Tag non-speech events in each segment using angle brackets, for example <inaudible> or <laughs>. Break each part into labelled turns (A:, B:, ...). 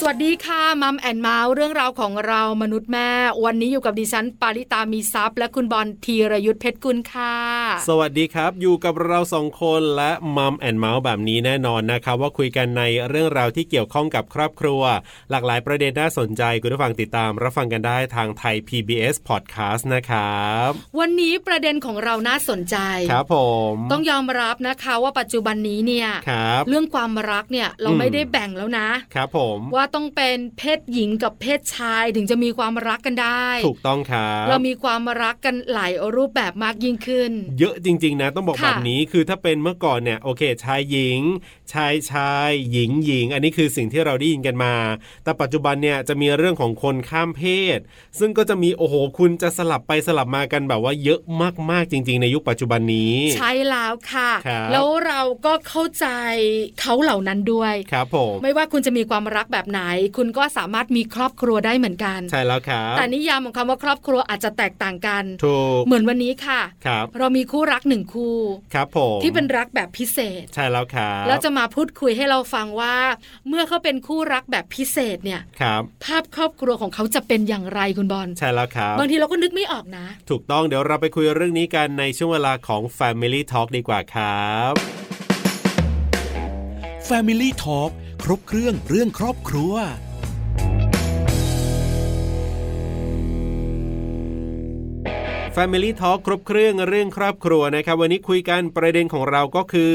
A: สวัสดีค่ะมัมแอนเมาส์เรื่องราวของเรามนุษย์แม่ วันนี้อยู่กับดิฉันปาริตามีซัพย์และคุณบอลธีรยุทธเพชรกุลค่ะ
B: สวัสดีครับ อยู่กับเราสองคนและมัมแอนเมาส์แบบนี้แน่นอนนะครับ ว่าคุยกันในเรื่องราวที่เกี่ยวข้องกับครอบครัว หลากหลายประเด็นน่าสนใจคุณผู้ฟังติดตาม รับฟังกันได้ทางไทย PBS Podcast นะครับ
A: วันนี้ประเด็นของเราน่าสนใจ
B: ครับผม
A: ต้องยอมรับนะคะว่าปัจจุบันนี้เนี่ย
B: ครับ
A: เรื่องความรักเนี่ยเรา
B: อืม
A: ไม่ได้แบ่งแล้วนะ
B: ครับผม
A: ว่าต้องเป็นเพศหญิงกับเพศชายถึงจะมีความรักกันได้
B: ถูกต้องครับ
A: เรามีความรักกันหลายรูปแบบมากยิ่งขึ้น
B: เยอะจริง ๆ นะต้องบอก
A: ค่ะ
B: แบบนี้คือถ้าเป็นเมื่อก่อนเนี่ยโอเค ชายหญิง ชายชายหญิงหญิง อันนี้คือสิ่งที่เราได้ยินกันมา แต่ปัจจุบันเนี่ยจะมีเรื่องของคนข้ามเพศ ซึ่งก็จะมีโอ้โหคุณจะสลับไปสลับมากันแบบว่าเยอะมากๆจริง ๆ ในยุคปัจจุบันนี้
A: ใช่แล้วค่ะ
B: ครับ
A: แล้วเราก็เข้าใจเขาเหล่านั้นด้วย
B: ครับผม
A: ไม่ว่าคุณจะมีความรักแบบไหน คุณก็สามารถมีครอบครัวได้เหมือนกัน
B: ใช่แล้วครับ
A: แต่นิยามของคำว่าครอบครัวอาจจะแตกต่างกัน
B: ถูก
A: เหมือนวันนี้ค่ะ
B: ครับ
A: เรามีคู่รักหนึ่งคู่
B: ครับผม
A: ที่เป็นรักแบบพิเศษ
B: ใช่แล้วครับ
A: แล้วจะมาพูดคุยให้เราฟังว่า เมื่อเขาเป็นคู่รักแบบพิเศษเนี่ย
B: ครับ
A: ภาพครอบครัวของเขาจะเป็นอย่างไรคุณบอล
B: ใช่แล้วครับ
A: บางทีเราก็นึกไม่ออกนะ
B: ถูกต้องเดี๋ยวเราไปคุยเรื่องนี้กันในช่วงเวลาของ Family Talk ดีกว่าครับ
C: Family Talk ครบเครื่องเรื่องครอบครัว
B: Family Talk ครบเครื่องเรื่องครอบครัวนะครับ วันนี้คุยกันประเด็นของเราก็คือ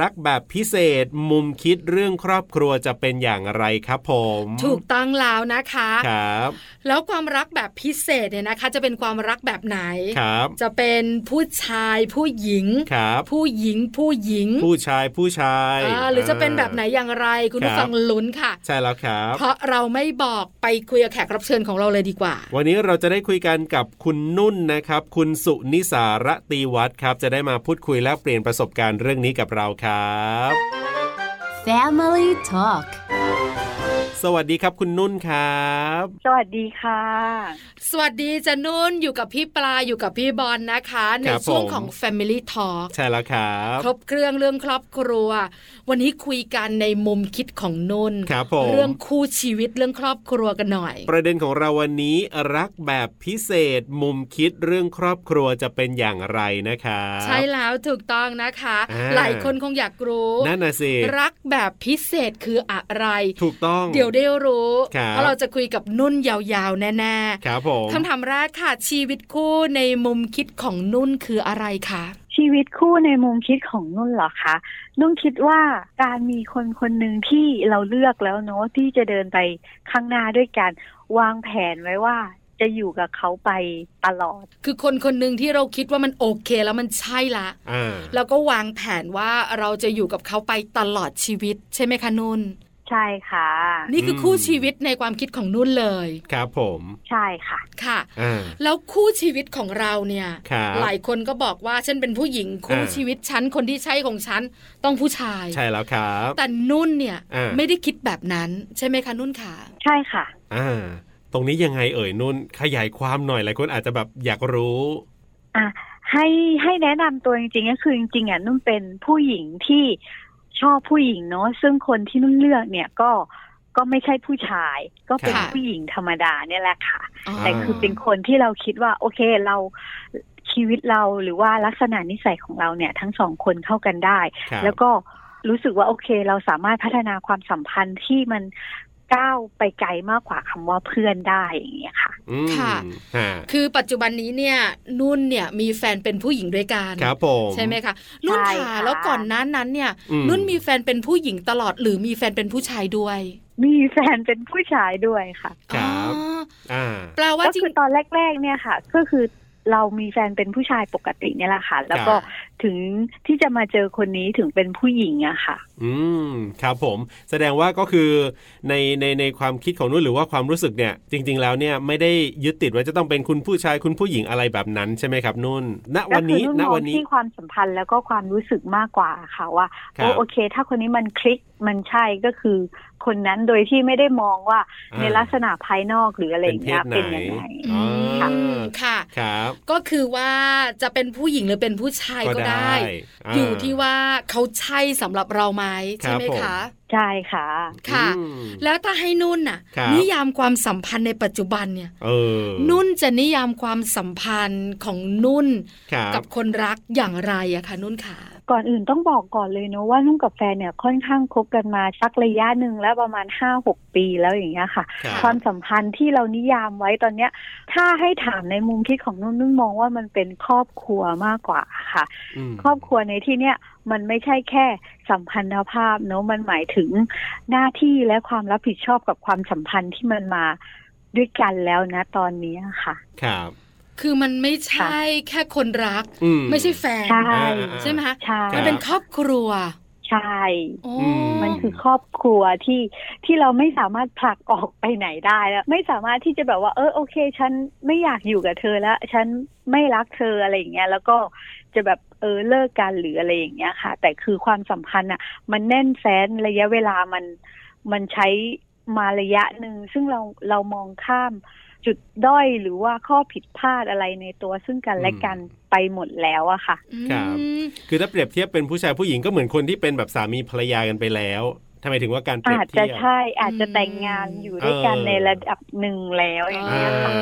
B: รักแบบพิเศษมุมคิดเรื่องครอบครัวจะเป็นอย่างไรครับผม
A: ถูกต้องแล้วนะคะ
B: ครับ
A: แล้วความรักแบบพิเศษเนี่ยนะคะ จะเป็นความรักแบบไหน
B: ครับ
A: จะเป็นผู้ชายผู้หญิง
B: ครับ
A: ผู้หญิงผู้หญิง
B: ผู้ชายผู้ชาย
A: อ่าหรือจะเป็นแบบไหนอย่างไร คุณผู้
B: ครับ
A: ฟังลุ้นค่ะ
B: ใช่แล้วครับ
A: เพราะเราไม่บอกไปคุยกับแขกรับเชิญของเราเลยดีกว่า
B: วันนี้เราจะได้คุยกันกับคุณนุ่นนะครับ คุณสุนิสาระตีวัฒน์ครับ จะได้มาพูดคุยแลกเปลี่ยนประสบการณ์เรื่องนี้กับเราครับ
D: Family Talk
B: สวัสดีครับคุณนุ่นครับ
E: สวัสดีค่ะ
A: สวัสดีจะนุ่นอยู่กับพี่ปลาอยู่กับพี่บอลนะคะ ในช่วงของ Family Talk
B: ใช่แล้วครับ
A: ครบเครื่องเรื่องครอบครัว วันนี้คุยกันในมุมคิดของนุ่น
B: ครับผม
A: เรื่องคู่ชีวิตเรื่องครอบครัวกันหน่อย
B: ประเด็นของเราวันนี้รักแบบพิเศษมุมคิดเรื่องครอบครัวจะเป็นอย่างไรนะคะ
A: ใช่แล้วถูกต้องนะคะ
B: อ่า
A: หลายคนคงอยากรู้
B: นั่นน่ะสิ
A: รักแบบพิเศษคืออะไร
B: ถูกต้อง
A: เดี๋ยวได้รู้
B: ครับ
A: เพราะเราจะคุยกับนุ่นยาวๆ แน่
B: ครับผม
A: ๆคำถามแรกค่ะ ชีวิตคู่ในมุมคิดของนุ่นคืออะไรคะ
E: ชีวิตคู่ในมุมคิดของนุ่นเหรอคะนุ่นคิดว่าการมีคนคนหนึ่งที่เราเลือกแล้วเนาะที่จะเดินไปข้างหน้าด้วยกัน วางแผนไว้ว่าจะอยู่กับเขาไปตลอด
A: คือคนคนหนึ่งที่เราคิดว่ามันโอเคแล้วมันใช่ละ
B: อ่า
A: แล้วก็วางแผนว่าเราจะอยู่กับเขาไปตลอดชีวิต ใช่ไหมคะนุ่น
E: ใช่ค่ะ
A: นี่คือคู่ชีวิตในความคิดของนุ่นเลย
B: ครับผม
E: ใช่ค่ะ
A: ค่ะ
B: อ่า
A: แล้วคู่ชีวิตของเราเนี่ย
B: ครับ
A: หลายคนก็บอกว่าฉันเป็นผู้หญิงคู่
B: อ่า
A: ชีวิตฉันคนที่ใช่ของฉันต้องผู้ชาย
B: ใช่แล้วครับ
A: แต่นุ่นเนี่ย
B: อ่า
A: ไม่ได้คิดแบบนั้น ใช่ไหมคะนุ่นค่ะ
E: ใช่ค่ะ
B: อ่า ตรงนี้ยังไงเอ่ยนุ่นขยายความหน่อยหลายคนอาจจะแบบอยากรู้
E: อ่ะให้ให้แนะนำตัวจริงๆก็คือจริงๆอ่ะนุ่นเป็นผู้หญิงที่ชอบผู้หญิงเนาะซึ่งคนที่นุ่นเลือกเนี่ยก็ก็ไม่ใช่ผู้ชาย ก็เป็น
A: ค่ะ
E: ผู้หญิงธรรมดาเนี่ยแหละค่ะ
A: อ
E: แต่คือเป็นคนที่เราคิดว่า โอเคเราชีวิตเราหรือว่าลักษณะนิสัยของเราเนี่ย ทั้งสองคนเข้ากันได้
B: ครับ
E: แล้วก็รู้สึกว่าโอเค เราสามารถพัฒนาความสัมพันธ์ที่มันก้าวไปไกลมากกว่าคำว่าเพื่อนได้อย่างเงี้ยค่ะ
B: อืม
A: ค่ะ
B: อ่า
A: คือปัจจุบันนี้เนี่ยนุ่นเนี่ยมีแฟนเป็นผู้หญิงด้วยกัน
B: ครับผม
A: ใช่ไหมคะนุ่น
E: ใช่
A: ค่ะ
E: ค่ะ
A: แล้วก่อนหนั้นนั้นเนี่ย
B: อืม
A: นุ่นมีแฟนเป็นผู้หญิงตลอดหรือมีแฟนเป็นผู้ชายด้วย
E: มีแฟนเป็นผู้ชายด้วยค่ะ
B: ครับ
A: อ๋อ
B: อ่า
A: แปลว่า
E: ก็
A: จริง
E: คือตอนแรก ๆ เนี่ยค่ะ ก็คือเรามีแฟนเป็นผู้ชายปกติเนี่ยแหละค่ะ แล้วก็
B: ครับ
E: ถึงที่จะมาเจอคนนี้ถึงเป็นผู้หญิงอะค่ะ
B: อืมครับผมแสดงว่าก็คือในในในความคิดของนุ่นหรือว่าความรู้สึกเนี่ย จริง ๆ แล้วเนี่ยไม่ได้ยึดติดว่าจะต้องเป็นคุณผู้ชายคุณผู้หญิงอะไรแบบนั้นใช่ไหมครับนุ่น ณ
E: ก็
B: วัน
E: คือ
B: นี้
E: รุ่น
B: ณ
E: น้อ
B: วั
E: ง
B: นนี้
E: ที่ความสัมพันธ์แล้วก็ความรู้สึกมากกว่าค่ะว่า
B: ครับ
E: โอ้โอเค ถ้าคนนี้มันคลิกมันใช่ก็คือ คนนั้นโดยที่ไม่ได้มองว่า
B: อ่า
E: ในลักษณะภายนอกหรืออะไรอย่างเงี้ย
B: เป็
E: เป็น น
B: เพศไหน
E: ยังไง
A: อืมค่ะ
B: ครับ
A: ก็คือว่าจะเป็นผู้หญิงหรือเป็นผู้ชายก็ได้
B: า
A: อยู่ที่ว่าเขาใช่สำหรับเราไหมใช่ไหม
B: รับผ
A: คะ
E: ใช่ค่ะ
A: ค่ะ
B: อืม
A: แล้วถ้าให้นุ่นน่ะ
B: ครับ
A: นิยามความสัมพันธ์ในปัจจุบันเนี่ย
B: เออ
A: นุ่นจะนิยามความสัมพันธ์ของนุ่น
B: ครับ
A: กับคนรักอย่างไรอะคะนุ่นค่ะ
E: ก่อนอื่นต้องบอกก่อนเลยเนอะว่านุ่งกับแฟนเนี่ยค่อนข้างคบกันมาสักระยะหนึ่งแล้วประมาณห้าหกปีแล้วอย่างเงี้ยค่ะ
B: รับ
E: ความสัมพันธ์ที่เรานิยามไว้ตอนเนี้ย ถ้าให้ถามในมุมคิดของนุ่นนุ่นมองว่ามันเป็นครอบครัวมากกว่าค่ะ
B: ม
E: ครอบครัวในที่เนี้ยมันไม่ใช่แค่สัมพันธภาพเนอะมันหมายถึงหน้าที่และความรับผิดชอบกับความสัมพันธ์ที่มันมาด้วยกันแล้วนะตอนเนี้ยค่ะ
B: ครับ
A: คือมันไม่ใช่แค่คนรัก
B: อืม
A: ไม่ใช่แฟน
E: ใช่
A: ใช่ไหมคะ
E: ใช่
B: ครั
A: มั
B: บ
A: นเป็นครอบครัว
E: ใช่
A: โอ้
B: อืม
E: มันคือครอบครัวที่ที่เราไม่สามารถผลักออกไปไหนได้แล้วไม่สามารถที่จะแบบว่า เออโอเค ฉันไม่อยากอยู่กับเธอแล้ว ฉันไม่รักเธออะไรอย่างเงี้ย แล้วก็จะแบบเออเลิกกันหรืออะไรอย่างเงี้ยค่ะ แต่คือความสัมพันธ์อ่ะ มันแน่นแฟ้นระยะเวลามันมันใช้มาระยะหนึ่งซึ่งเราเรามองข้ามจุดด้อยหรือว่าข้อผิดพลาดอะไรในตัวซึ่งกันและกันไปหมดแล้วอะค่ะ
B: ครับ คือถ้าเปรียบเทียบเป็นผู้ชายผู้หญิงก็เหมือนคนที่เป็นแบบสามีภรรยากันไปแล้วทำไมถึงว่าการเปรีย
E: อา
B: บ
E: จ
B: เที
E: จะ
B: ยบ
E: ใช่อาจจะแต่งงานอยู่ด้วยกันในระดับหนึ่งแล้วอย่าง
B: อ่า
E: เงี้ยค่ะ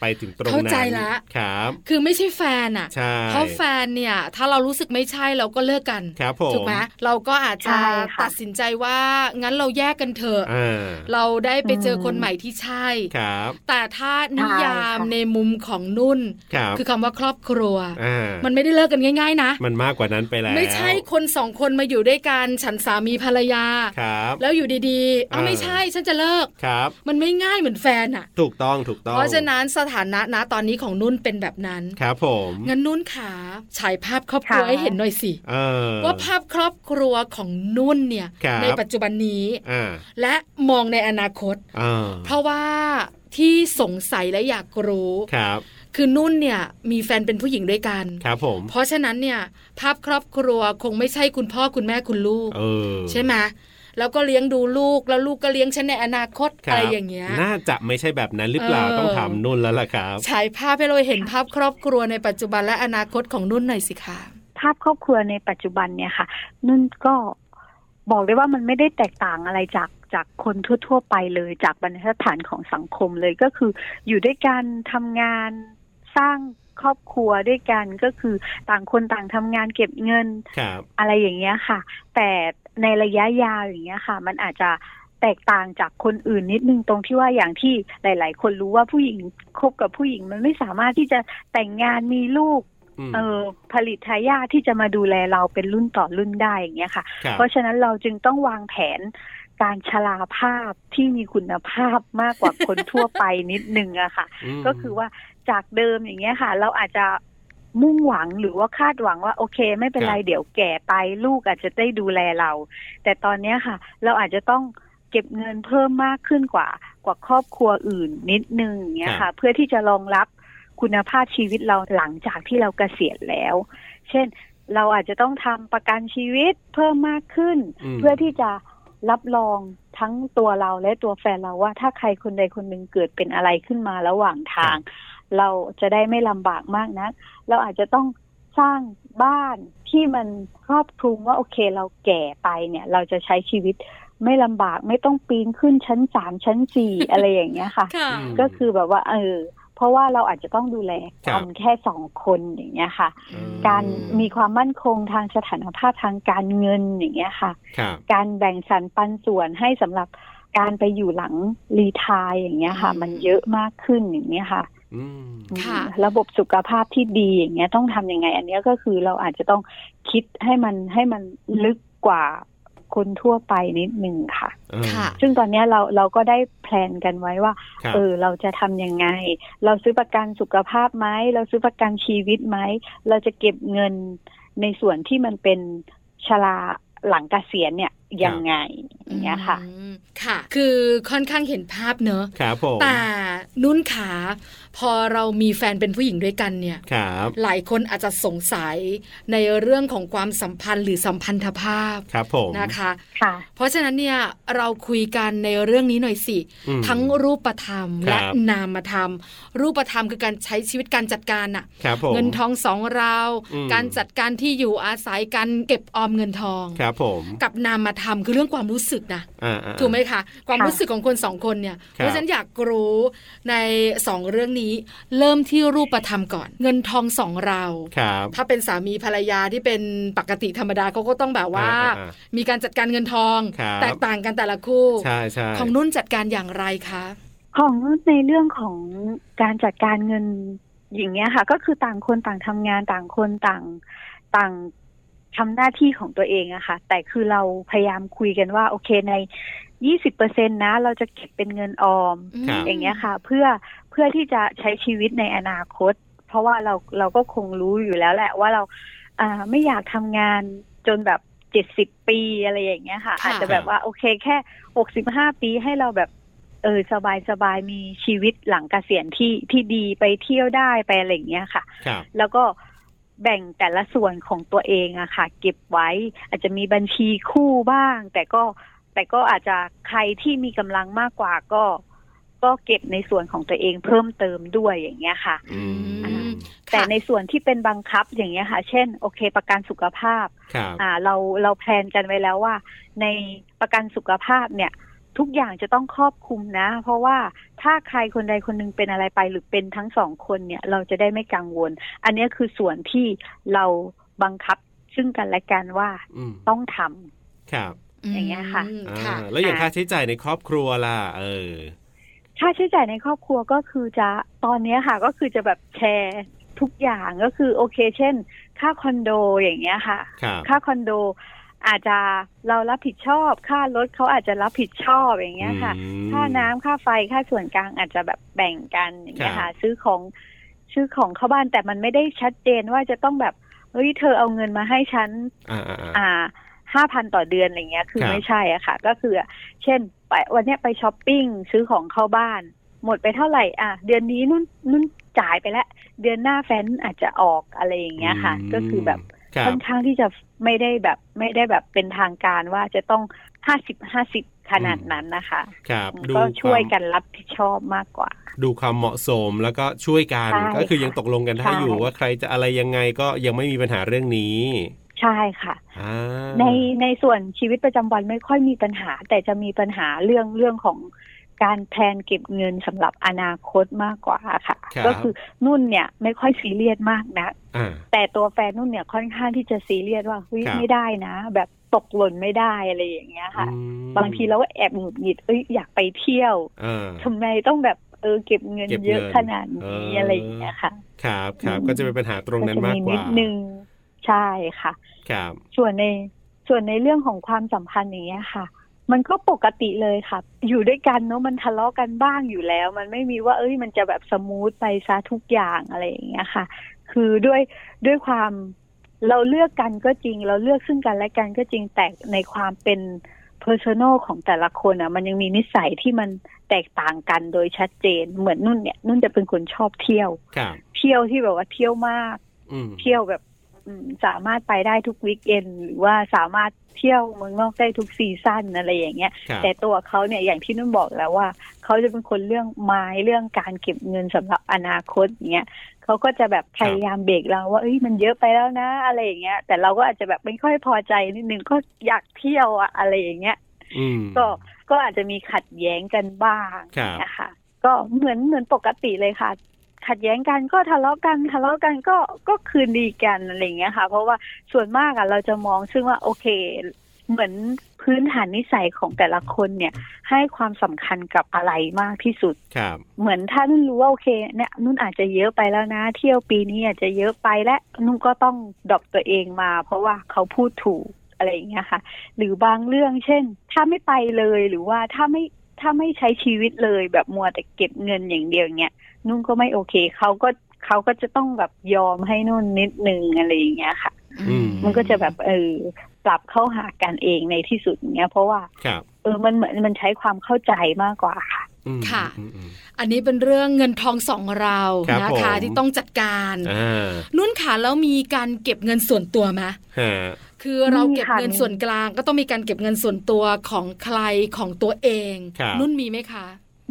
B: ไปถึงตรงนั้น
A: เข้าใจละ
B: ครับ
A: คือไม่ใช่แฟนอะ
B: ใช่
A: เพราะแฟนเนี่ย ถ้าเรารู้สึกไม่ใช่เราก็เลิกกัน
B: ครับผม
A: ถูกไหมเราก็อาจจะ
E: ใช่ค่ะ
A: ตัดสินใจว่างั้นเราแยกกันเถอะ
B: อ่า
A: เราได้ไปเจอคนใหม่ที่ใช่
B: ครับ
A: แต่ถ้านิยาม
E: ใช่ค่ะ
A: ในมุมของนุ่น
B: ครับ
A: คือคำว่าครอบครัว
B: อ่า
A: มันไม่ได้เลิกกันง่าย ๆ นะ
B: มันมากกว่านั้นไปแล้ว
A: ไม่ใช่คนสองคนมาอยู่ด้วยกันฉันสามีภรรยา
B: ครับ
A: แล้วอยู่ดีๆ เอา
B: เออ
A: ไม่ใช่ฉันจะเลิก
B: ครับ
A: มันไม่ง่ายเหมือนแฟนอะ
B: ถูกต้องถูกต้อง
A: เพราะฉะนั้นสถานะนะตอนนี้ของนุ่นเป็นแบบนั้น
B: ครับผม
A: งั้นนุ่นขาฉายภาพครอบครัว
E: ค่ะ
A: ให้เห็นหน่อยสิ
B: เออ
A: ว่าภาพครอบครัวของนุ่นเนี่ย
B: ครับ
A: ในปัจจุบันนี้
B: อ่า
A: และมองในอนาคต
B: อ่า
A: เพราะว่าที่สงสัยและอยากรู้
B: ครับ
A: คือนุ่นเนี่ยมีแฟนเป็นผู้หญิงด้วยกัน
B: ครับผม
A: เพราะฉะนั้นเนี่ยภาพครอบครัวคงไม่ใช่คุณพ่อคุณแม่คุณลูก
B: เออ
A: ใช่ไหมแล้วก็เลี้ยงดูลูกแล้วลูกก็เลี้ยงฉันในอนาคต
B: ค
A: อะ
B: บ
A: ไรอย่างเงี้ย
B: น่าจะไม่ใช่แบบนั้นหรือเปล่า
A: เออ
B: ต้องถามนุ่นแล้วล่ะครับ
A: ฉายภาพให้เราเห็นภาพครอบครัวในปัจจุบันและอนาคตของนุ่นหน่อยสิคะ
E: ภาพครอบครัวในปัจจุบันเนี่ยค่ะ นุ่นก็บอกได้ว่ามันไม่ได้แตกต่างอะไรจากจากคนทั่ว ๆ ไปเลยจากบรรทัดฐานของสังคมเลยก็คือ อยู่ด้วยกันทำงานสร้างครอบครัวด้วยกันก็คือต่างคนต่างทำงานเก็บเงิน
B: ครับ
E: อะไรอย่างเงี้ยค่ะ แต่ในระยะยาวอย่างเงี้ยค่ะ มันอาจจะแตกต่างจากคนอื่นนิดนึงตรงที่ว่าอย่างที่หลาย ๆ คนรู้ว่าผู้หญิงคบกับผู้หญิงมันไม่สามารถที่จะแต่งงานมีลูก
B: อืม
E: เออผลิตทายาทที่จะมาดูแลเราเป็นรุ่นต่อรุ่นได้อย่างเงี้ยค่ะ
B: ครับ
E: เพราะฉะนั้นเราจึงต้องวางแผนการชราภาพที่มีคุณภาพมากกว่าคนทั่วไปนิดนึงอะค่ะ
B: ม
E: ก็คือว่าจากเดิมอย่างเงี้ยค่ะ เราอาจจะมุ่งหวังหรือว่าคาดหวังว่าโอเค ไม่เป็นไรเดี๋ยวแก่ไปลูกอาจจะได้ดูแลเรา แต่ตอนเนี้ยค่ะ เราอาจจะต้องเก็บเงินเพิ่มมากขึ้นกว่ากว่าครอบครัวอื่นนิดนึงอย่างเงี้ยค่ะ เพื่อที่จะรองรับคุณภาพชีวิตเราหลังจากที่เราเกษียณแล้ว เช่น เราอาจจะต้องทำประกันชีวิตเพิ่มมากขึ้น
B: ม
E: เพื่อที่จะรับรองทั้งตัวเราและตัวแฟนเราว่า ถ้าใครคนใดคนหนึ่งเกิดเป็นอะไรขึ้นมาระหว่างทาง เราจะได้ไม่ลำบากมากนะักเราอาจจะต้องสร้างบ้านที่มันครอบคลุมว่าโอเคเราแก่ไปเนี่ย เราจะใช้ชีวิตไม่ลำบากไม่ต้องปีนขึ้นชั้นสามชั้นสี่ <laughs> อะไรอย่างเงี้ยค่ะ
A: ค่ะ
B: ม
E: ก็คือแบบว่า เออ เพราะว่าเราอาจจะต้องดูแล
B: ครั
E: กับ นแค่สองคนอย่างเงี้ยค่ะ
B: อืม
E: การมีความมั่นคงทางสถานภาพทางการเงินอย่างเงี้ยค่ะ
B: ครับ
E: การแบ่งสรรปันส่วนให้สำหรับการไปอยู่หลังรีไทายอย่างเงี้ยค่ะ
A: อืม
E: มันเยอะมากขึ้นอย่างเงี้ยค่ะ
B: อืม
A: ค่ะ
E: อืมระบบสุขภาพที่ดีอย่างเงี้ยต้องทำยังไง อันเนี้ยก็คือเราอาจจะต้องคิดให้มันให้มันลึกกว่าคนทั่วไปนิดนึงค่ะ
B: เออ
A: ค่ะ
E: ซึ่งตอนเนี้ยเราเราก็ได้แพลนกันไว้ว่า
B: ครับ
E: เออเราจะทำยังไง เราซื้อประกันสุขภาพไหมเราซื้อประกันชีวิตไหมเราจะเก็บเงินในส่วนที่มันเป็นชราหลังเกษียณเนี่ยยังไงอย่างเงี้ยค่ะ
A: อืม ค่ะ คือค่อนข้างเห็นภาพเนอะ
B: ครับผม
A: แต่นุ่นขาพอเรามีแฟนเป็นผู้หญิงด้วยกันเนี่ย
B: ครับ
A: หลายคนอาจจะสงสัยในเรื่องของความสัมพันธ์หรือสัมพันธภาพ
B: ครับผม
A: นะคะ
E: ค่ะ
A: เพราะฉะนั้นเนี่ยเราคุยกันในเรื่องนี้หน่อยสิ
B: อืม
A: ทั้งรูปธรรมและ
B: ครับ
A: นามธรรม รูปธรรมคือการใช้ชีวิตการจัดการน่ะ
B: ครับผม
A: เงินทองสองเรา
B: อืม
A: การจัดการที่อยู่อาศัยการเก็บออมเงินทอง
B: ครับผม
A: กับนามธรรมคือเรื่องความรู้สึกนะ
B: อ่าๆ
A: ถูกไหมคะความ
E: ค่ะ
A: รู้สึกของคนสองคนเนี่ย
B: ครับ
A: เพราะฉะนั้นอยากรู้ในสองเรื่องนี้ เริ่มที่รูปธรรมก่อน เงินทองสองเรา
B: ครับ
A: ถ้าเป็นสามีภรรยาที่เป็นปกติธรรมดาเขาก็ต้องแบบว่า
B: อ่า
A: มีการจัดการเงินทอง
B: ครับ
A: แตกต่างกันแต่ละคู่
B: ๆใช่ใช่
A: ของนุ่นจัดการอย่างไรคะ
E: ของในเรื่องของการจัดการเงินอย่างเงี้ยค่ะ ก็คือต่างคนต่างทำงานต่างคนต่างต่างทำหน้าที่ของตัวเองอะค่ะ แต่คือเราพยายามคุยกันว่า โอเคในยี่สิบเปอร์เซ็นนะ เราจะเก็บเป็นเงินออม
A: ม
E: อย่างเงี้ยค่ะ เพื่อเพื่อที่จะใช้ชีวิตในอนาคต เพราะว่าเราเราก็คงรู้อยู่แล้วแหละว่าเราอ่าไม่อยากทำงานจนแบบเจ็ดสิบปีอะไรอย่างเงี้ยค่ะ อาจจะแบบว่าโอเคแค่หกสิบห้าปีให้เราแบบเออสบายสบายมีชีวิตหลังเกษียณที่ที่ดีไปเที่ยวได้ไปอะไรอย่างเงี้ยค่ะ
B: ครับ
E: แล้วก็แบ่งแต่ละส่วนของตัวเองอะค่ะ เก็บไว้ อาจจะมีบัญชีคู่บ้าง แต่ก็แต่ก็อาจจะใครที่มีกำลังมากกว่าก็ ก็เก็บในส่วนของตัวเองเพิ่มเติมด้วยอย่างเงี้ยค่ะ
B: อื
A: อื
B: ม
A: ม
E: แต่
A: ค่ะ
E: ในส่วนที่เป็นบังคับอย่างเงี้ยค่ะ เช่น โอเค ประกันสุขภาพ
B: ครับ
E: อ่าเราเราแพลนกันไว้แล้วว่า ในประกันสุขภาพเนี่ย ทุกอย่างจะต้องครอบคลุมนะ เพราะว่าถ้าใครคนใดคนหนึงเป็นอะไรไปหรือเป็นทั้งสองคนเนี่ย เราจะได้ไม่กังวล อันเนี้ยคือส่วนที่เราบังคับซึ่งกันและกันว่า
B: อืม
E: ต้องทำ
B: ครับ
E: อย่างเงี้ยค่ะ
A: อืม
B: อ่า
A: ค่ะ
B: แล้วอย่าง
E: อ่า
B: ค่าใช้จ่ายในครอบครัวล่ะ เออ
E: ค่าใช้จ่ายในครอบครัวก็คือจะตอนเนี้ยค่ะก็คือจะแบบแชร์ทุกอย่างก็คือโอเค เช่น ค่าคอนโดอย่างเงี้ยค่ะ
B: ครับ
E: ค่าคอนโด อาจจะเรารับผิดชอบค่ารถเขาอาจจะรับผิดชอบอย่างเงี้ยค่ะ
B: อืม
E: ค่าน้ำค่าไฟค่าส่วนกลางอาจจะแบบแบ่งกันอย่างเงี้
B: ค
E: ย
B: รับ
E: ค่ะ ซื้อของซื้อของเข้าบ้านแต่มันไม่ได้ชัดเจนว่าจะต้องแบบเฮ้ยเธอเอาเงินมาให้ฉัน
B: าอ่าอ่า
E: อ่าห้าพันต่อเดือนอะไรเงี้ย คือ
B: ครับ
E: ไม่ใช่อะค่ะ ก็คือเช่นไปวันเนี้ยไปช้อปปิ้งซื้อของเข้าบ้าน หมดไปเท่าไหร่อ่ะเดือนนี้นุ่นนุ่นจ่ายไปแล้ว เดือนหน้าแฟนอาจจะออกอะไรอย่างเงี้ยค่ะ ก็คือแบบ
B: ครั
E: ค่
B: บ
E: อนข้างที่จะไม่ได้แบบไม่ได้แบบเป็นทางการว่าจะต้องห้าสิบห้าสิบขนาดนั้นนะคะ
B: ครับ
E: อืม
B: ดู
E: ก็ช่วย
B: ค
E: กั
B: วาม
E: นรับผิดชอบมากกว่า
B: ดูความเหมาะสมแล้วก็ช่วยกัน
E: ใช่
B: ก็คือยังตกลงกันได้
E: ใช่
B: อยู่ว่าใครจะอะไรยังไงก็ยังไม่มีปัญหาเรื่องนี้
E: ใช่ค่ะ
B: อ่า
E: ในในส่วนชีวิตประจำวันไม่ค่อยมีปัญหา แต่จะมีปัญหาเรื่องเรื่องของการแพลนเก็บเงินสำหรับอนาคตมากกว่าค่ะ
B: รับ
E: ก็คือนุ่นเนี่ยไม่ค่อยซีเรียสมากนะ
B: อ่า
E: แต่ตัวแฟนนุ่นเนี่ยค่อนข้างที่จะซีเรียสว่าเฮ้ย
B: ครับ
E: ไม่ได้นะ แบบตกหล่นไม่ได้อะไรอย่างเงี้ยค่ะ
B: อืม
E: บางทีเราก็แอบหงุดหงิดเอ้ยอยากไปเที่ยว
B: อ่า
E: ทำไมต้องแบบเออเก็บเงิน
B: เก็บเงิน
E: เยอะขนาดนี้
B: เอออ
E: อะไรอย่างเงี้ยค่ะ
B: ครับครับ
E: อืม
B: ก็จะเป็นปัญหาตรงนั้นมากก
E: นิ
B: ว่า
E: ดนึงใช่ค่ะ
B: ครับ
E: ส่วนในส่วนในเรื่องของความสัมพันธ์อย่างเงี้ยค่ะ มันก็ปกติเลยค่ะ อยู่ด้วยกันเนาะมันทะเลาะกันบ้างอยู่แล้ว มันไม่มีว่า เอ้ยมันจะแบบสมูทไปซะทุกอย่างอะไรอย่างเงี้ยค่ะ คือด้วยด้วยความเราเลือกกันก็จริง เราเลือกซึ่งกันและกันก็จริงแต่ในความเป็น personal ของแต่ละคนอ่ะ มันยังมีนิสัยที่มันแตกต่างกันโดยชัดเจนเหมือนนุ่นเนี่ยนุ่นจะเป็นคนชอบเที่ยว
B: ครับ
E: เที่ยวที่แบบว่าเที่ยวมาก
B: อืม
E: เที่ยวแบบอืมสามารถไปได้ทุกวีคเอนด์หรือว่าสามารถเที่ยวเมืองนอกได้ทุกซีซั่นอะไรอย่างเงี้ย
B: ครับ
E: แต่ตัวเขาเนี่ยอย่างที่นุ่นบอกแล้วว่า เขาจะเป็นคนเรื่องไม้เรื่องการเก็บเงินสำหรับอนาคตอย่างเงี้ยเขาก็จะแบบพยายามเบรกเราว่าเอ้ยมันเยอะไปแล้วนะอะไรอย่างเงี้ย แต่เราก็อาจจะแบบไม่ค่อยพอใจนิดนึงก็อยากเที่ยวอะอะไรอย่างเงี้ย
B: อืม
E: ก็ก็อาจจะมีขัดแย้งกันบ้าง
B: ครับ
E: นะคะ ก็เหมือนเหมือนปกติเลยค่ะ ขัดแย้งกันก็ทะเลาะกันทะเลาะกันก็ก็คืนดีกันอะไรอย่างเงี้ยค่ะ เพราะว่าส่วนมากอะเราจะมองซึ่งว่าโอเค เหมือนพื้นฐานนิสัยของแต่ละคนเนี่ย ให้ความสำคัญกับอะไรมากที่สุด
B: ครับ
E: เหมือนถ้านุ่นรู้ว่าโอเคเนี่ยนุ่นอาจจะเยอะไปแล้วนะ เที่ยวปีนี้อาจจะเยอะไปและนุ่นก็ต้องดรอปตัวเองมา เพราะว่าเขาพูดถูกอะไรอย่างเงี้ยค่ะ หรือบางเรื่องเช่น ถ้าไม่ไปเลยหรือว่าถ้าไม่ถ้าไม่ใช้ชีวิตเลยแบบมัวแต่เก็บเงินอย่างเดียวอย่างเงี้ยนุ่นก็ไม่โอเคเขาก็เขาก็จะต้องแบบยอมให้นุ่นนิดนึงอะไรอย่างเงี้ยค่ะ
B: อืม
E: มันก็จะแบบเออปรับเข้าหากันเองในที่สุดอย่างเงี้ยเพราะว่า
B: ครับ
E: เออมันเหมือนมันใช้ความเข้าใจมากกว่าค่ะ
B: อืม
A: ค่ะ
B: อืมอืม
A: อันนี้เป็นเรื่องเงินทองสองเรา
B: ครับ
A: นะคะ
B: ผม
A: ที่ต้องจัดการ
B: อ่า
A: นุ่นขาแล้วมีการเก็บเงินส่วนตัวไหม
B: ฮะ
A: คือเรา
E: มี
A: เก็บ
E: ค่ะ
A: เงิน
E: มี
A: ส่วนกลางก็ต้องมีการเก็บเงินส่วนตัวของใครของตัวเอง
B: ครับ
A: นุ่นมีไหมคะ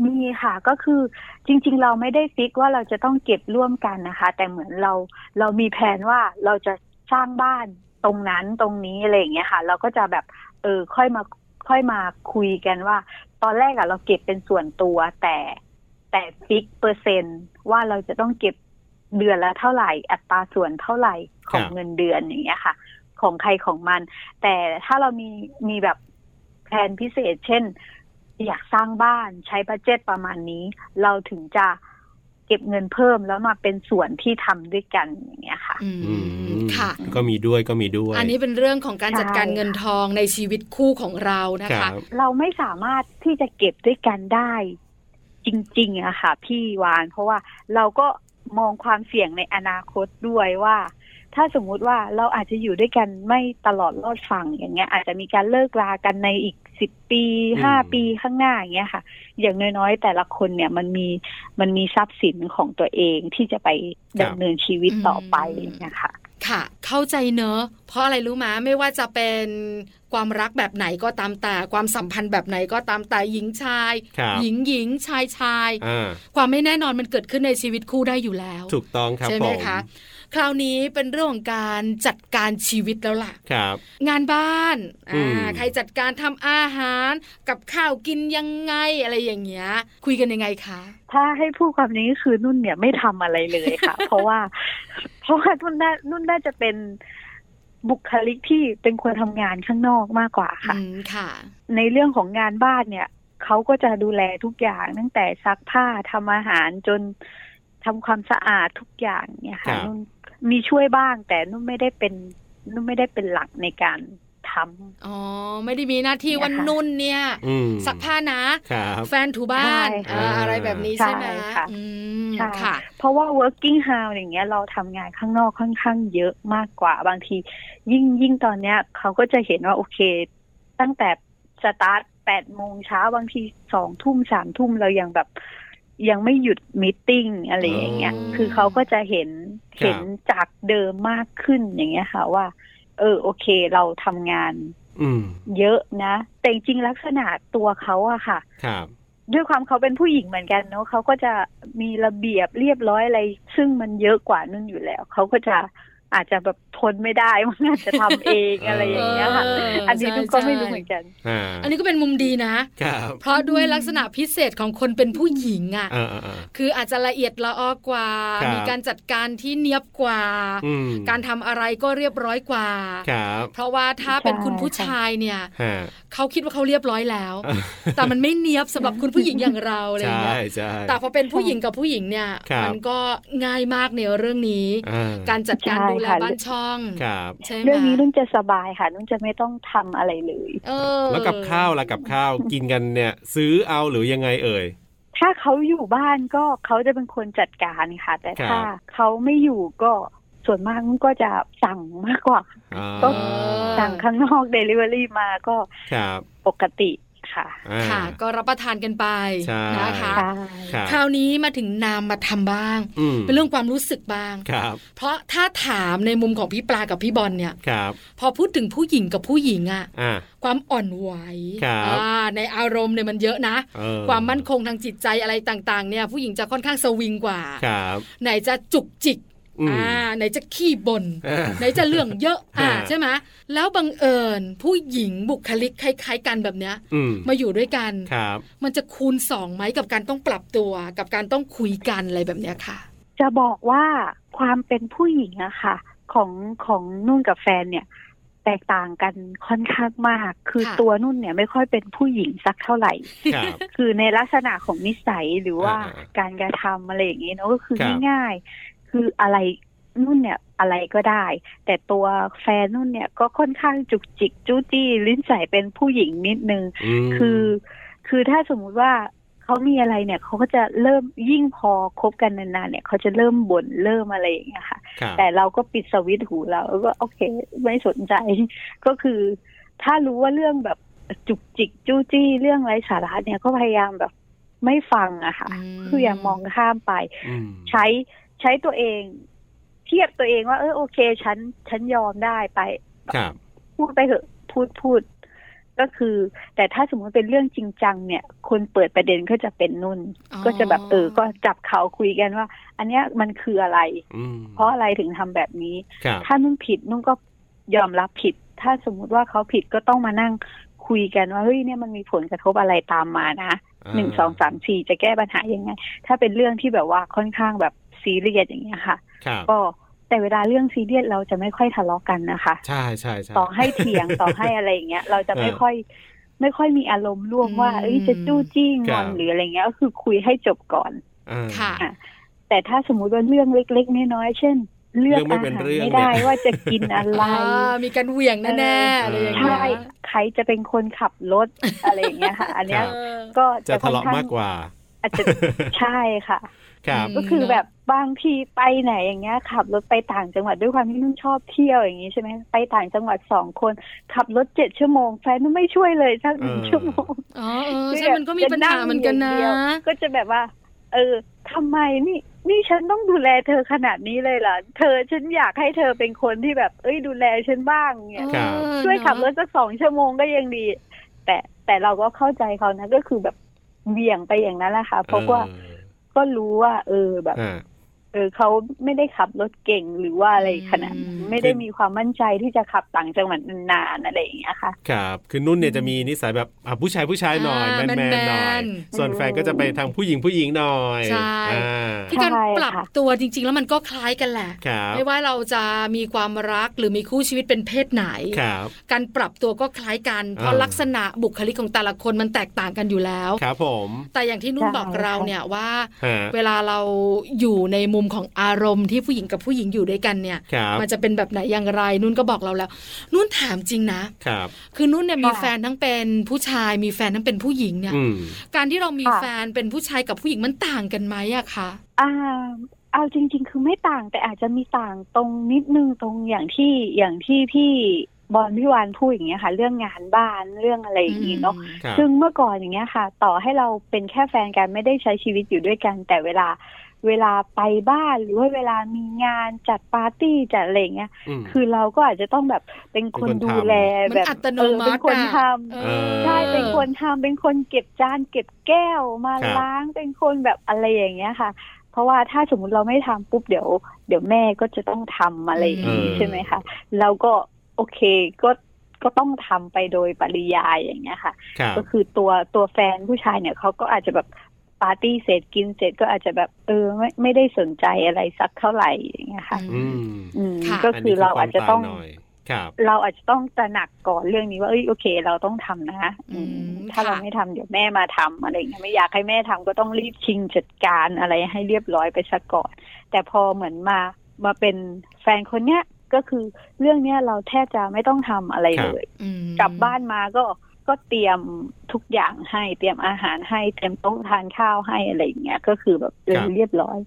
E: มีค่ะก็คือจริง ๆ เราไม่ได้ฟิกว่าเราจะต้องเก็บร่วมกันนะคะ แต่เหมือนเราเรามีแผนว่าเราจะสร้างบ้านตรงนั้นตรงนี้อะไรอย่างเงี้ยค่ะ เราก็จะแบบเออค่อยมาค่อยมาคุยกันว่า ตอนแรกอะเราเก็บเป็นส่วนตัวแต่แต่ฟิกเปอร์เซนต์ว่าเราจะต้องเก็บเดือนละเท่าไหร่ อัตราส่วนเท่าไหร่ของเงินเดือนอย่างเงี้ยค่ะ ของใครของมัน แต่ถ้าเรามีมีแบบแผนพิเศษ เช่น อยากสร้างบ้านใช้บัดเจ็ตประมาณนี้ เราถึงจะเก็บเงินเพิ่มแล้วมาเป็นส่วนที่ทำด้วยกันอย่างเงี้ยค่ะ
A: อืม
B: อืม
A: ค่ะ
B: ก็มีด้วยก็มีด้วย
A: อันนี้เป็นเรื่องของการ
E: ใช่
A: จัดการเงินทองในชีวิตคู่ของเรานะ
B: ครั
A: คะ
B: บ
E: เราไม่สามารถที่จะเก็บด้วยกันได้จริงๆอะค่ะ พี่วาน เพราะว่าเราก็มองความเสี่ยงในอนาคตด้วยว่า ถ้าสมมุติว่าเราอาจจะอยู่ด้วยกันไม่ตลอดรอดฝั่งอย่างเงี้ย อาจจะมีการเลิกรากันในอีกสิบปี
B: อืม
E: ห้าปีข้างหน้าอย่างเงี้ยค่ะ อย่างน้อยๆ แต่ละคนเนี่ยมันมีมันมีทรัพย์สินของตัวเองที่จะไปดำเนินชีวิตต่อไป
A: อืม
E: อย่างเงี้ยค่ะ
A: ค่ะ เข้าใจเนอะ เพราะอะไรรู้มาไม่ว่าจะเป็นความรักแบบไหนก็ตามแต่ความสัมพันธ์แบบไหนก็ตามแต่หญิงชาย
B: ครับ
A: หญิงหญิงชายชาย
B: อ่า
A: ความไม่แน่นอนมันเกิดขึ้นในชีวิตคู่ได้อยู่แล้ว
B: ถูกต้องครับ
A: ใช่
B: ผ
A: ไหม
B: ม
A: คะ คราวนี้เป็นเรื่องของการจัดการชีวิตแล้วล่ะ
B: ครับ
A: งานบ้าน
B: อื
A: อ่าม ใครจัดการทำอาหารกับข้าวกินยังไงอะไรอย่างเงี้ย คุยกันยังไงคะ
E: ถ้าให้พูดความนี้คือนุ่นเนี่ยไม่ทำอะไรเลยค่ะ <laughs> เพราะว่า เพราะว่านุ่นน่านุ่นน่าจะเป็นบุคลิกที่เป็นคนทำงานข้างนอกมากกว่าค่ะ
A: อืมค่ะ
E: ในเรื่องของงานบ้านเนี่ยเขาก็จะดูแลทุกอย่าง ตั้งแต่ซักผ้าทำอาหารจนทำความสะอาดทุกอย่างเนี่ย
B: ครั
E: ค่ะ
B: บ
E: นุ่นมีช่วยบ้าง แต่นุ่นไม่ได้เป็น นุ่นไม่ได้เป็นหลักในการทำ
A: อ๋อ ไม่ได้มีหน้าที่วัน
E: เนี่ยค่ะ
A: นุ่นเนี่ย
B: อืม
A: สักผ้านะ
B: ครับ
A: แฟนถูบ้าน
E: ใช่ค่ะ
A: อ่าอะไรแบบนี้ใช่ไหม
E: ใช่ค่ะ
A: อืม
E: ใช่
A: ค่ะ
E: เพราะว่า working how อย่างเงี้ยเราทำงานข้างนอกค่อนข้างเยอะมากกว่าบางที ยิ่งยิ่งตอนเนี้ยเขาก็จะเห็นว่าโอเค ตั้งแต่สตาร์ทแปดโมงเช้าบางทีสองทุ่มสามทุ่มเรายังแบบยังไม่หยุดมตติ팅อะไรอย่างเงี้ย
B: อ๋อ
E: คือเขาก็จะเห็น
B: ครับ
E: เห็นจากเดิมมากขึ้นอย่างเงี้ยค่ะว่า เออโอเคเราทำงาน
B: อืม
E: เยอะนะ แต่จริงๆลักษณะตัวเขาอะค่ะ
B: ครับ
E: ด้วยความเขาเป็นผู้หญิงเหมือนกันเนาะเขาก็จะมีระเบียบเรียบร้อยอะไร ซึ่งมันเยอะกว่านุ่นอยู่แล้ว เขาก็จะอาจจะแบบทนไม่ได้ มันอาจจะทำเอง
B: เอออ
E: อะไรอย่างเงี้ยค่ะ
A: เอออั
E: อันนี้นุ่นก็
A: ใช่
E: ไม่รู้เหมือนกัน
B: อ่า
A: อันนี้ก็เป็นมุมดีนะ
B: ครับ
A: เพราะด้วยลักษณะพิเศษของคนเป็นผู้หญิงอ่ะ
B: อ่าอ่าอ่า
A: คืออาจจะละเอียดละออกว่า
B: ครับ
A: มีการจัดการที่เนียบกว่า
B: อืม
A: การทำอะไรก็เรียบร้อยกว่า
B: ครับ
A: เพราะว่าถ้าเป็นคุณผู้ชายเนี่ย
B: ฮะ
A: เขาคิดว่าเขาเรียบร้อยแล้ว แต่มันไม่เนียบสำหรับคุณผู้หญิงอย่างเราอะไรอย่าง
B: ใช่
A: เงี้ย
B: ใช่
A: แต่พอเป็นผู้หญิงกับผู้หญิงเนี่ย
B: ครับ
A: มันก็ง่ายมากในเรื่องนี้
B: อ่
A: การจัดการดูแลบ้านช่อง
B: ครับ
A: ใช่ไหม
E: เรื่องนี้นุ่นจะสบายค่ะนุ่นจะไม่ต้องทำอะไรเลย
A: เออ
B: แล้วกับข้าวล่ะกับข้าวกินกันเนี่ย ซื้อเอาหรือยังไงเอ่ย
E: ถ้าเขาอยู่บ้านก็เขาจะเป็นคนจัดการค่ะ แต่
B: ครับ
E: ถ้าเขาไม่อยู่ก็ส่วนมากนุ่นก็จะสั่งมากกว่า
B: อ่า
E: ก็ สั่งข้างนอกเดลิเวอรี่มาก็
B: ครับ
E: ปกติค่ะ
B: อ่า
A: ค่ะ ก็รับประทานกันไป
B: ใช่
A: นะคะ
E: ใช่
B: ครับ
A: คราวนี้มาถึงนามมาทำบ้าง
B: อืม
A: เป็นเรื่องความรู้สึกบ้าง
B: ครับ
A: เพราะถ้าถามในมุมของพี่ปลากับพี่บอลเนี่ย
B: ครับ
A: พอพูดถึงผู้หญิงกับผู้หญิงอะ
B: อ่า
A: ความอ่อนไหว
B: ครับ
A: อ่าในอารมณ์เนี่ยมันเยอะนะ
B: เออ
A: ความมั่นคงทางจิตใจอะไรต่างๆ เนี่ยผู้หญิงจะค่อนข้างสวิงกว่า
B: ครับ
A: ไหนจะจุกจิก
B: อืม
A: อ่าไหนจะขี้บน่น
B: เออ
A: ไหนจะเรื่องเยอะ อ่า
B: ฮะ
A: ใช่ไหมแล้วบังเอิญผู้หญิงบุคลิกคล้าย ๆ กันแบบเนี้ย
B: อืม
A: มาอยู่ด้วยกัน
B: ครับ
A: มันจะคูณสองไหมกับการต้องปรับตัว กับการต้องคุยกันอะไรแบบเนี้ยค่ะ
E: จะบอกว่าความเป็นผู้หญิงอะค่ะ ของของนุ่นกับแฟนเนี่ย แตกต่างกันค่อนข้างมาก คือ
A: ค่ะ
E: ตัวนุ่นเนี่ยไม่ค่อยเป็นผู้หญิงสักเท่า
B: <laughs>
E: ไหร่
B: ครับ
E: คือในลักษณะของนิสัยหรือว่า
B: อ่า
E: การกระทำอะไรอย่างนี้เนอะก็คือ
B: ครับ
E: ง่ายๆคืออะไรนุ่นเนี่ยอะไรก็ได้ แต่ตัวแฟนนุ่นเนี่ยก็ค่อนข้างจุกจิกจู้จี้ลิ้นใสเป็นผู้หญิงนิดนึง
B: ม
E: คือคือถ้าสมมุติว่า เขามีอะไรเนี่ยเขาก็จะเริ่มยิ่งพอคบกันนานๆเนี่ยเขาจะเริ่มบ่นเริ่มอะไรอย่างเงี้ยค่ะ
B: ครับ
E: แต่เราก็ปิดสวิตช์หูเราแล้วก็โอเค ไม่สนใจ <laughs> ก็คือ ถ้ารู้ว่าเรื่องแบบจุกจิกจู้จี้เรื่องไร้สาระเนี่ยก็พยายามแบบไม่ฟังอะค่ะ
A: ม
E: คืออย่ามองข้ามไป
B: อืม
E: ใช้ใช้ตัวเอง เทียบตัวเองว่า เออโอเค ฉันฉันยอมได้ไป
B: ครับ
E: พูดไปเถอะพูดพูด ก็คือ แต่ถ้าสมมติเป็นเรื่องจริงจังเนี่ย คนเปิดประเด็นก็จะเป็นนุ่น
A: อ๋อ
E: ก็จะแบบเออก็จับเขาคุยกันว่า อันเนี้ยมันคืออะไร
B: อืม
E: เพราะอะไรถึงทำแบบนี้
B: ครับ
E: ถ้านุ่นผิดนุ่นก็ยอมรับผิด ถ้าสมมุติว่าเขาผิดก็ต้องมานั่งคุยกันว่าเฮ้ยเนี่ยมันมีผลกระทบอะไรตามมานะ หนึ่งสองสามสี่จะแก้ปัญหายังไง ถ้าเป็นเรื่องที่แบบว่าค่อนข้างแบบซีเรียสอย่างเงี้ยค่ะ
B: ครับ
E: ก็แต่เวลาเรื่องซีเรียสเราจะไม่ค่อยทะเลาะกันนะคะ
B: ใช่ใช่ใช่
E: ต่อให้เถียง
B: <laughs>
E: ต่อให้อะไรอย่างเงี้ย เราจะไม่ค่อย ไม่ค่อยมีอารมณ์ร่วมว่า
A: อืม
E: เอ้ยจะจู้จี้ง
B: ครั
E: อบ นหรืออะไรเงี้ยก็คือคุยให้จบก่อน
B: อ่า
A: ค่ะ
E: แต่ถ้าสมมุติว่าเรื่องเล็ก ๆ น้อยๆเช่น เลือก
B: เรื่องไม่
E: อา
B: เป็น
E: หาร
B: เรื่อง
E: ไม่ได้
B: เนี่ย
E: ว่าจะกินอะ
B: <laughs>
E: ไร
A: อ่ามีการเหวี่ยงแน่ๆอะไรอย่างเงี้ย
E: ใช่ใครจะเป็นคนขับรถอะไรอย่างเงี้ยค่ะ อันเนี้ย
B: ครับ
A: เออ
E: ก็
B: จะทะเลาะ
E: ค่อนข้ง
B: มากกว่า
E: อาจจะใช่ค่ะ
B: ครับ
E: ก็คือ
A: เนอะ
E: แบบบางทีไปไหนอย่างเงี้ยขับรถไปต่างจังหวัดด้วยความที่นุ่นชอบเที่ยวอย่างงี้ใช่ไหมไปต่างจังหวัดสองคนขับรถเจ็ดชั่วโมงแฟนนุ่นไม่ช่วยเลยสักหนึ่ง
B: เออ
E: ชั่วโมง
A: อ๋อเออ
E: คือ
A: ใช่มันก็มีปัญหาเหมือนกันนะ
E: จะงอยู่อย่างเดียวก็จะแบบว่า เออทำไมนี่นี่ฉันต้องดูแลเธอขนาดนี้เลยเหรอเธอฉันอยากให้เธอเป็นคนที่แบบ เอ้ยดูแลฉันบ้างเนี่ย
B: ครับ
A: เออ
E: ช่วยขับรถ
A: เนอะ
E: สักสองชั่วโมงก็ยังดี แต่แต่เราก็เข้าใจเขานะก็คือแบบเบี่ยงไปอย่างนั้นแหละค่ะเพราะว่าก็รู้ว่า เออแบบ
B: เอออ่า
E: เออเขาไม่ได้ขับรถเก่งหรือว่าอะไรขนาดนั้นไม่ได้
B: คือ
E: มีความมั่นใจที่จะขับต่างจังหวัดนานๆอะไรอย่างเงี้ยค่ะ
B: ครับคือนุ่นเนี่ยจะมีนิสัยแบบอ่ะผู้ชายผู้ชายหน่อย
A: อ่า
B: แมนแมนหน่อย
A: แมน
B: ส่วนแฟนก็จะไปทางผู้หญิงผู้หญิงหน่อย
A: ใช่
B: อ่า
A: คือการ
E: ใช่
A: ปรับ
E: ค่ะ
A: ตัวจริง ๆ แล้วมันก็คล้ายกันแหละ
B: ครับ
A: ไม่ว่าเราจะมีความรักหรือมีคู่ชีวิตเป็นเพศไหน
B: ครับ
A: การปรับตัวก็คล้ายกัน เพราะ
B: อ่า
A: ลักษณะบุคลิกของแต่ละคนมันแตกต่างกันอยู่แล้ว
B: ครับผม
A: แต่อย่างที่นุ่น
E: ใช่
A: บอกเรา
E: ค่ะ
A: เนี่ยว่า
B: ฮะ
A: เวลาเราอยู่ในมุมของอารมณ์ที่ผู้หญิงกับผู้หญิงอยู่ด้วยกันเนี่ย
B: ครับ
A: มันจะเป็นแบบไหนอย่างไร นุ่นก็บอกเราแล้ว นุ่นถามจริงนะ
B: ครับ
A: คือนุ่นเนี่ยมี
E: ค่ะ
A: แฟนทั้งเป็นผู้ชายมีแฟนทั้งเป็นผู้หญิงเนี่ย
B: อืม
A: การที่เรามี
E: ค่ะ
A: แฟนเป็นผู้ชายกับผู้หญิงมันต่างกันไหมอะคะ
E: อ่า เอาจริง ๆ คือไม่ต่างแต่อาจจะมีต่างตรงนิดนึงตรงอย่างที่อย่างที่พี่บอลพี่วานพูดอย่างเงี้ยค่ะ เรื่องงานบ้านเรื่องอะไรอย่างงี้เนาะ
B: ครับ
E: ซึ่งเมื่อก่อนอย่างเงี้ยค่ะ ต่อให้เราเป็นแค่แฟนกันไม่ได้ใช้ชีวิตอยู่ด้วยกัน แต่เวลาเวลาไปบ้านหรือว่าเวลามีงานจัดปาร์ตี้จัดอะไรอย่างเงี้ย
B: อืม
E: คือเราก็อาจจะต้องแบบเป็นคน
B: เป็นคนทำ
E: ดูแล
A: มัน
E: แบบ
A: อัตโน
E: เออ
A: มั
E: เป็น
A: ติ
E: คน
A: อะ
E: ท
A: เออ
E: ำใช่เป็นคนทำเป็นคนเก็บจานเก็บแก้วมา
B: ครับ
E: ล้างเป็นคนแบบอะไรอย่างเงี้ยค่ะ เพราะว่าถ้าสมมุติเราไม่ทำปุ๊บเดี๋ยว เดี๋ยวแม่ก็จะต้องทำอะไรอย่างงี้ใช่ไหมคะเราก็โอเคก็ก็ต้องทำไปโดยปริยายอย่างเงี้ยค่ะ
B: ครับ
E: ก็คือตัวตัวแฟนผู้ชายเนี่ยเขาก็อาจจะแบบปาร์ตี้เสร็จกินเสร็จก็อาจจะแบบเออไม่ไม่ได้สนใจอะไรสักเท่าไหร่อย่างเงี้ยค่ะ
B: อืม
E: อืม
A: ค่ะ
E: ก็คือเราอาจจะต้อง
B: นนี้คืควมต่างหน่อยครับ
E: เราอาจจะต้องตระหนักก่อนเรื่องนี้ว่าเอ้ยโอเค เราต้องทำนะอืม
A: อืม
E: ถ้า
A: ค่ะ
E: เราไม่ทำเดี๋ยวแม่มาทำอะไรอย่างเงี้ยไม่อยากให้แม่ทำก็ต้องรีบชิงจัดการอะไรให้เรียบร้อยไปซะก่อน แต่พอเหมือนมามาเป็นแฟนคนเนี้ยก็คือเรื่องเนี้ยเราแทบจะไม่ต้องทำอะไร
B: ครับ
E: เลย
A: อืม
E: กลับบ้านมาก็ก็เตรียมทุกอย่างให้เตรียมอาหารให้เตรียมโต๊ะทานข้าวให้อะไรอย่างเงี้ย ก็คือแบบเอ
B: ครั
E: อบ เรียบร้อย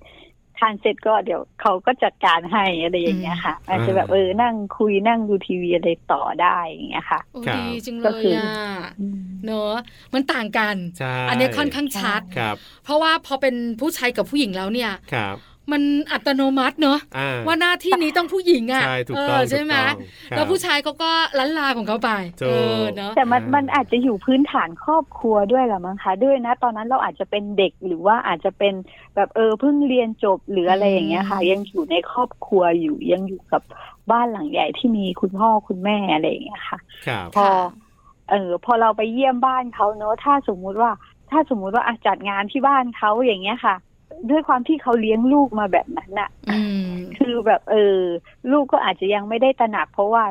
E: ทานเสร็จก็เดี๋ยวเขาก็จัดการให้อะไรอย่างเงี้ยค่ะ อาจจะแบบ
B: อ่า
E: เออนั่งคุยนั่งดูทีวีอะไรต่อได้อย่างเงี้ยค่ะ
A: โอ้
B: ครับ
A: ดีจังเล
E: ก็
A: ย
E: คือ
A: อ่ะ
E: อ่ อืม
A: เนอะมันต่างกัน
B: ใช่
A: อั
B: น
A: นนี้ค่อนข้างชัด
B: ครับ
A: เพราะว่าพอเป็นผู้ชายกับผู้หญิงแล้วเนี่ย
B: ครับ
A: มันอัตโนมัติเนอะ
B: อ่า
A: ว่าหน้าที่นี้ต้องผู้หญิงอ่ะ
B: ใช่ถูก
A: เอ
B: ต้อง
A: อใช่ไหม
B: ถูกต้องครับ
A: แล้วผู้ชายเขาก็ลันลาของเขาไป
B: ถู
A: เอก อเนอะ
E: แต่มัน
B: อ่ามั
E: มันอาจจะอยู่พื้นฐานครอบครัวด้วยแหละมั้งคะด้วยนะ ตอนนั้นเราอาจจะเป็นเด็กหรือว่าอาจจะเป็นแบบเออเพิ่งเรียนจบหรืออะไรอย่างเงี้ยค่ะ
A: อืม
E: ยังอยู่ในครอบครัวอยู่ยังอยู่กับบ้านหลังใหญ่ที่มีคุณพ่อคุณแม่อะไรอย่างเงี้ยค่ะ
B: ครับ
E: พอ เออพอเราไปเยี่ยมบ้านเขาเนอะถ้าสมมุติว่า ถ้าสมมุติว่าอาจัดงานที่บ้านเขาอย่างเงี้ยค่ะ ด้วยความที่เขาเลี้ยงลูกมาแบบนั้นน่ะ
A: อืม
E: คือแบบเออ ลูกก็อาจจะยังไม่ได้ตระหนัก เพราะว่า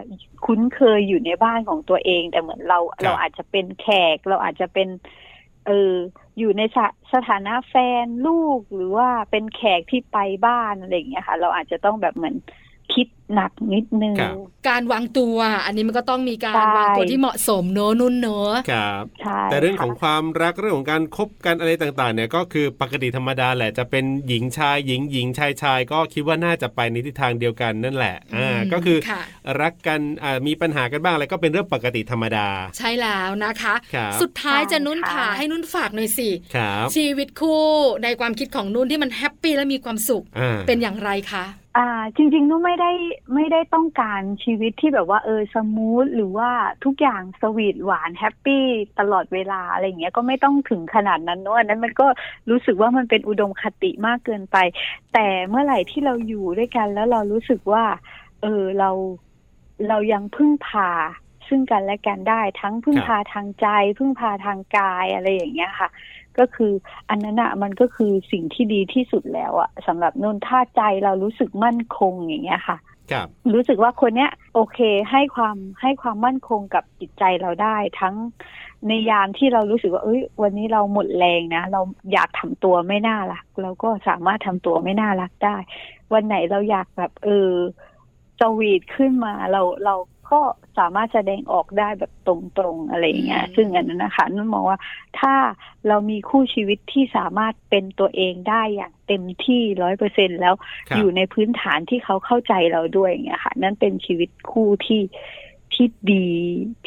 E: คุ้นเคยอยู่ในบ้านของตัวเอง แต่เหมือนเรา
B: ครับ
E: เราอาจจะเป็นแขก เราอาจจะเป็นเอออยู่ในสถสถานะแฟนลูกหรือว่าเป็นแขกที่ไปบ้านอะไรอย่างเงี้ยค่ะ เราอาจจะต้องแบบเหมือนคิด หนักนิดนึง
B: ครับ
A: การวางตัว อันนี้มันก็ต้องมีการ
E: ใช่
A: วางตัวที่เหมาะสมเนอะนุ่นเนอะ
B: ครับ
E: ใช่
B: แต่เรื่องของ
E: ค่ะ
B: ความรักเรื่องของการคบกันอะไรต่างๆเนี่ยก็คือปกติธรรมดาแหละจะเป็นหญิงชายหญิงหญิงชายชายก็คิดว่าน่าจะไปในทิศทางเดียวกันนั่นแหละอ่า
A: อืม
B: ก็คือ
A: ค่ะ
B: รักกันอ่ามีปัญหากันบ้างอะไรก็เป็นเรื่องปกติธรรมดา
A: ใช่แล้วนะคะ
B: ครับ
A: สุดท้ายจะนุ่นค่ะให้นุ่นฝากหน่อยสิ
B: ครับ
A: ชีวิตคู่ในความคิดของนุ่นที่มันแฮปปี้และมีความสุข
B: อ่า
A: เป็นอย่างไรคะ
E: อ่า จริงๆนุ่นไม่ได้ไม่ได้ต้องการชีวิตที่แบบว่าเออสมูทหรือว่าทุกอย่างสวีทหวานแฮปปี้ตลอดเวลาอะไรอย่างเงี้ยก็ไม่ต้องถึงขนาดนั้นเนอะอันนั้นมันก็รู้สึกว่ามันเป็นอุดมคติมากเกินไป แต่เมื่อไหร่ที่เราอยู่ด้วยกันแล้วเรารู้สึกว่า เออเราเรายังพึ่งพาซึ่งกันและกันได้ทั้งพึ่ง
B: ครับ
E: พาทางใจ พึ่งพาทางกายอะไรอย่างเงี้ยค่ะ ก็คืออันนั้นอะมันก็คือสิ่งที่ดีที่สุดแล้วอะสำหรับนุ่นถ้าใจเรารู้สึกมั่นคงอย่างเงี้ยค่ะ
B: ครับ
E: รู้สึกว่าคนเนี้ยโอเคให้ความให้ความมั่นคงกับจิตใจเราได้ ทั้งในยามที่เรารู้สึกว่าเอ้ยวันนี้เราหมดแรงนะ เราอยากทำตัวไม่น่ารักเราก็สามารถทำตัวไม่น่ารักได้ วันไหนเราอยากแบบเออสวีทขึ้นมาเราเราก็สามารถแสดงออกได้แบบตรงๆอะไรอย่างเงี้ย
A: อืม
E: ซึ่งอันนั้นนะคะนุ่นมองว่า ถ้าเรามีคู่ชีวิตที่สามารถเป็นตัวเองได้อย่างเต็มที่ร้อยเปอร์เซ็นแล้ว
B: ครับ
E: อยู่ในพื้นฐานที่เขาเข้าใจเราด้วยอย่างเงี้ยค่ะ นั่นเป็นชีวิตคู่ที่ที่ดี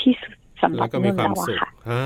E: ที่สุดสำหรั
B: แล้
E: บ
B: วก็มี
E: นุ่น
B: ความ
E: เรา
B: สุข
E: อะค่ะ
B: อ่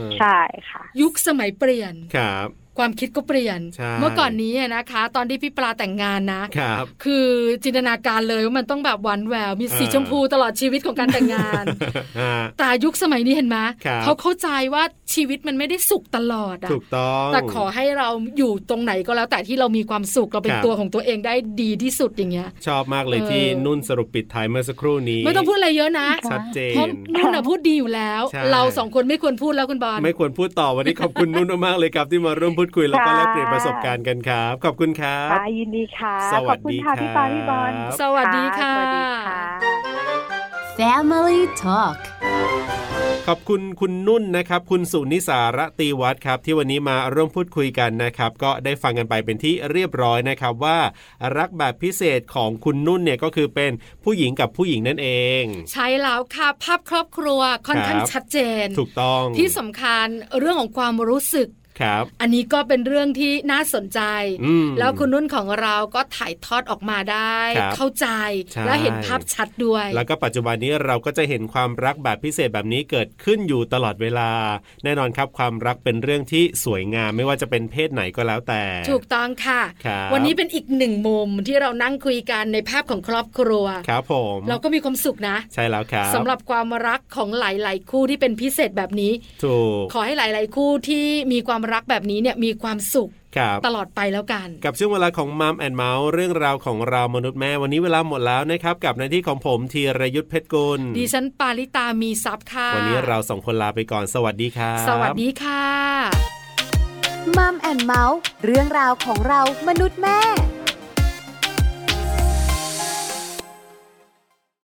B: า
E: ใช่ค่ะ
A: ยุคสมัยเปลี่ยน
B: ครับ
A: ความคิดก็เปลี่ยน
B: ใช่
A: เมื่อก่อนนี้อะนะคะ ตอนที่พี่ปลาแต่งงานนะ
B: ครับ <laughs>
A: คือจินตนาการเลยว่ามันต้องแบบหวานแหววมีสี
B: อ่า
A: ชมพูตลอดชีวิตของการแต่งงาน <laughs>
B: อ่า
A: แต่ยุคสมัยนี้เห็นไหม
B: ครับ
A: เขาเข้าใจว่าชีวิตมันไม่ได้สุขตลอดอะ
B: ถูกต้อง
A: แต่ขอให้เราอยู่ตรงไหนก็แล้วแต่ที่เรามีความสุขเราเป็
B: คน รับ
A: ตัวของตัวเองได้ดีที่สุดอย่างเงี้ย
B: ชอบมากเลย
A: เออ
B: ที่นุ่นสรุปปิดท้ายเมื่อสักครู่นี้
A: ไม่ต้องพูดอะไรเยอะนะ
E: ค่ะ
B: ชัดเจ
A: เพราะ
B: น
A: นุ่นน่ะพูดดีอยู่แล้ว
B: ใช่
A: เราสองคนไม่ควรพูดแล้วคุณบอล
B: ไม่ควรพูดต่อวันนี้ขอบ <laughs> คุณนุ่นมากๆเลยครับ ที่มาร่วมพูดคุยแล้วก็แลกเปลี่ยนประสบการณ์กันครับ ขอบคุณครับ
E: ค่ะยินดีค่ะ
B: ส
E: ข
B: วั
E: อ
B: ส
E: บ
B: ดี
E: คุณค่ะพี่ปา
B: ครับ
E: พี่บอล
A: สวัสดีค่ะ
E: สวัสดีค่ะ
D: Family Talk
B: ขอบคุณคุณนุ่นนะครับ คุณสุนิสาระตีวัดครับ ที่วันนี้มาร่วมพูดคุยกันนะครับ ก็ได้ฟังกันไปเป็นที่เรียบร้อยนะครับว่า รักแบบพิเศษของคุณนุ่นเนี่ยก็คือเป็นผู้หญิงกับผู้หญิงนั่นเอง
A: ใช่แล้วค่ะภาพครอบครัวค่อนข้าง
B: ครับ
A: ชัดเจน
B: ถูกต้อง
A: ที่สำคัญเรื่องของความรู้สึก
B: ครับ
A: อันนี้ก็เป็นเรื่องที่น่าสนใจ
B: อืม
A: แล้วคุณนุ่นของเราก็ถ่ายทอดออกมาได้
B: ครับ
A: เข้าใจ
B: ใช่
A: และเห็นภาพชัดด้วย
B: แล้วก็ปัจจุบันนี้เราก็จะเห็นความรักแบบพิเศษแบบนี้เกิดขึ้นอยู่ตลอดเวลา แน่นอนครับความรักเป็นเรื่องที่สวยงามไม่ว่าจะเป็นเพศไหนก็แล้วแต่
A: ถูกต้องค่ะ
B: ครับ
A: วันนี้เป็นอีกหนึ่งมุมที่เรานั่งคุยกันในภาพของครอบครัว
B: ครับผม
A: เราก็มีความสุขนะ
B: ใช่แล้วครับ
A: สำหรับความรักของหลาย ๆ คู่ที่เป็นพิเศษแบบนี้
B: ถูก
A: ขอให้หลาย ๆ คู่ที่มีความรักแบบนี้เนี่ยมีความสุข
B: ครับ
A: ตลอดไปแล้วกัน
B: กับช่วงเวลาของมัมแอนเมาส์เรื่องราวของเรามนุษย์แม่วันนี้เวลาหมดแล้วนะครับกับหน้าที่ของผมธีรยุทธเพชรกุล
A: ดิฉันปาริตามีซับค่ะ
B: วันนี้เราสองคนลาไปก่อนสวัสดีครับ
A: สวัสดีค่ะ
D: มัมแอนเมาส์เรื่องราวของเรามนุษย์แม่